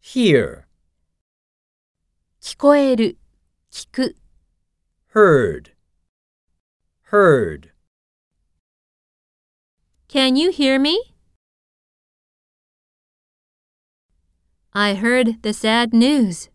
hear, 聞こえる、聞く、 heard, heard. Can you hear me? I heard the sad news.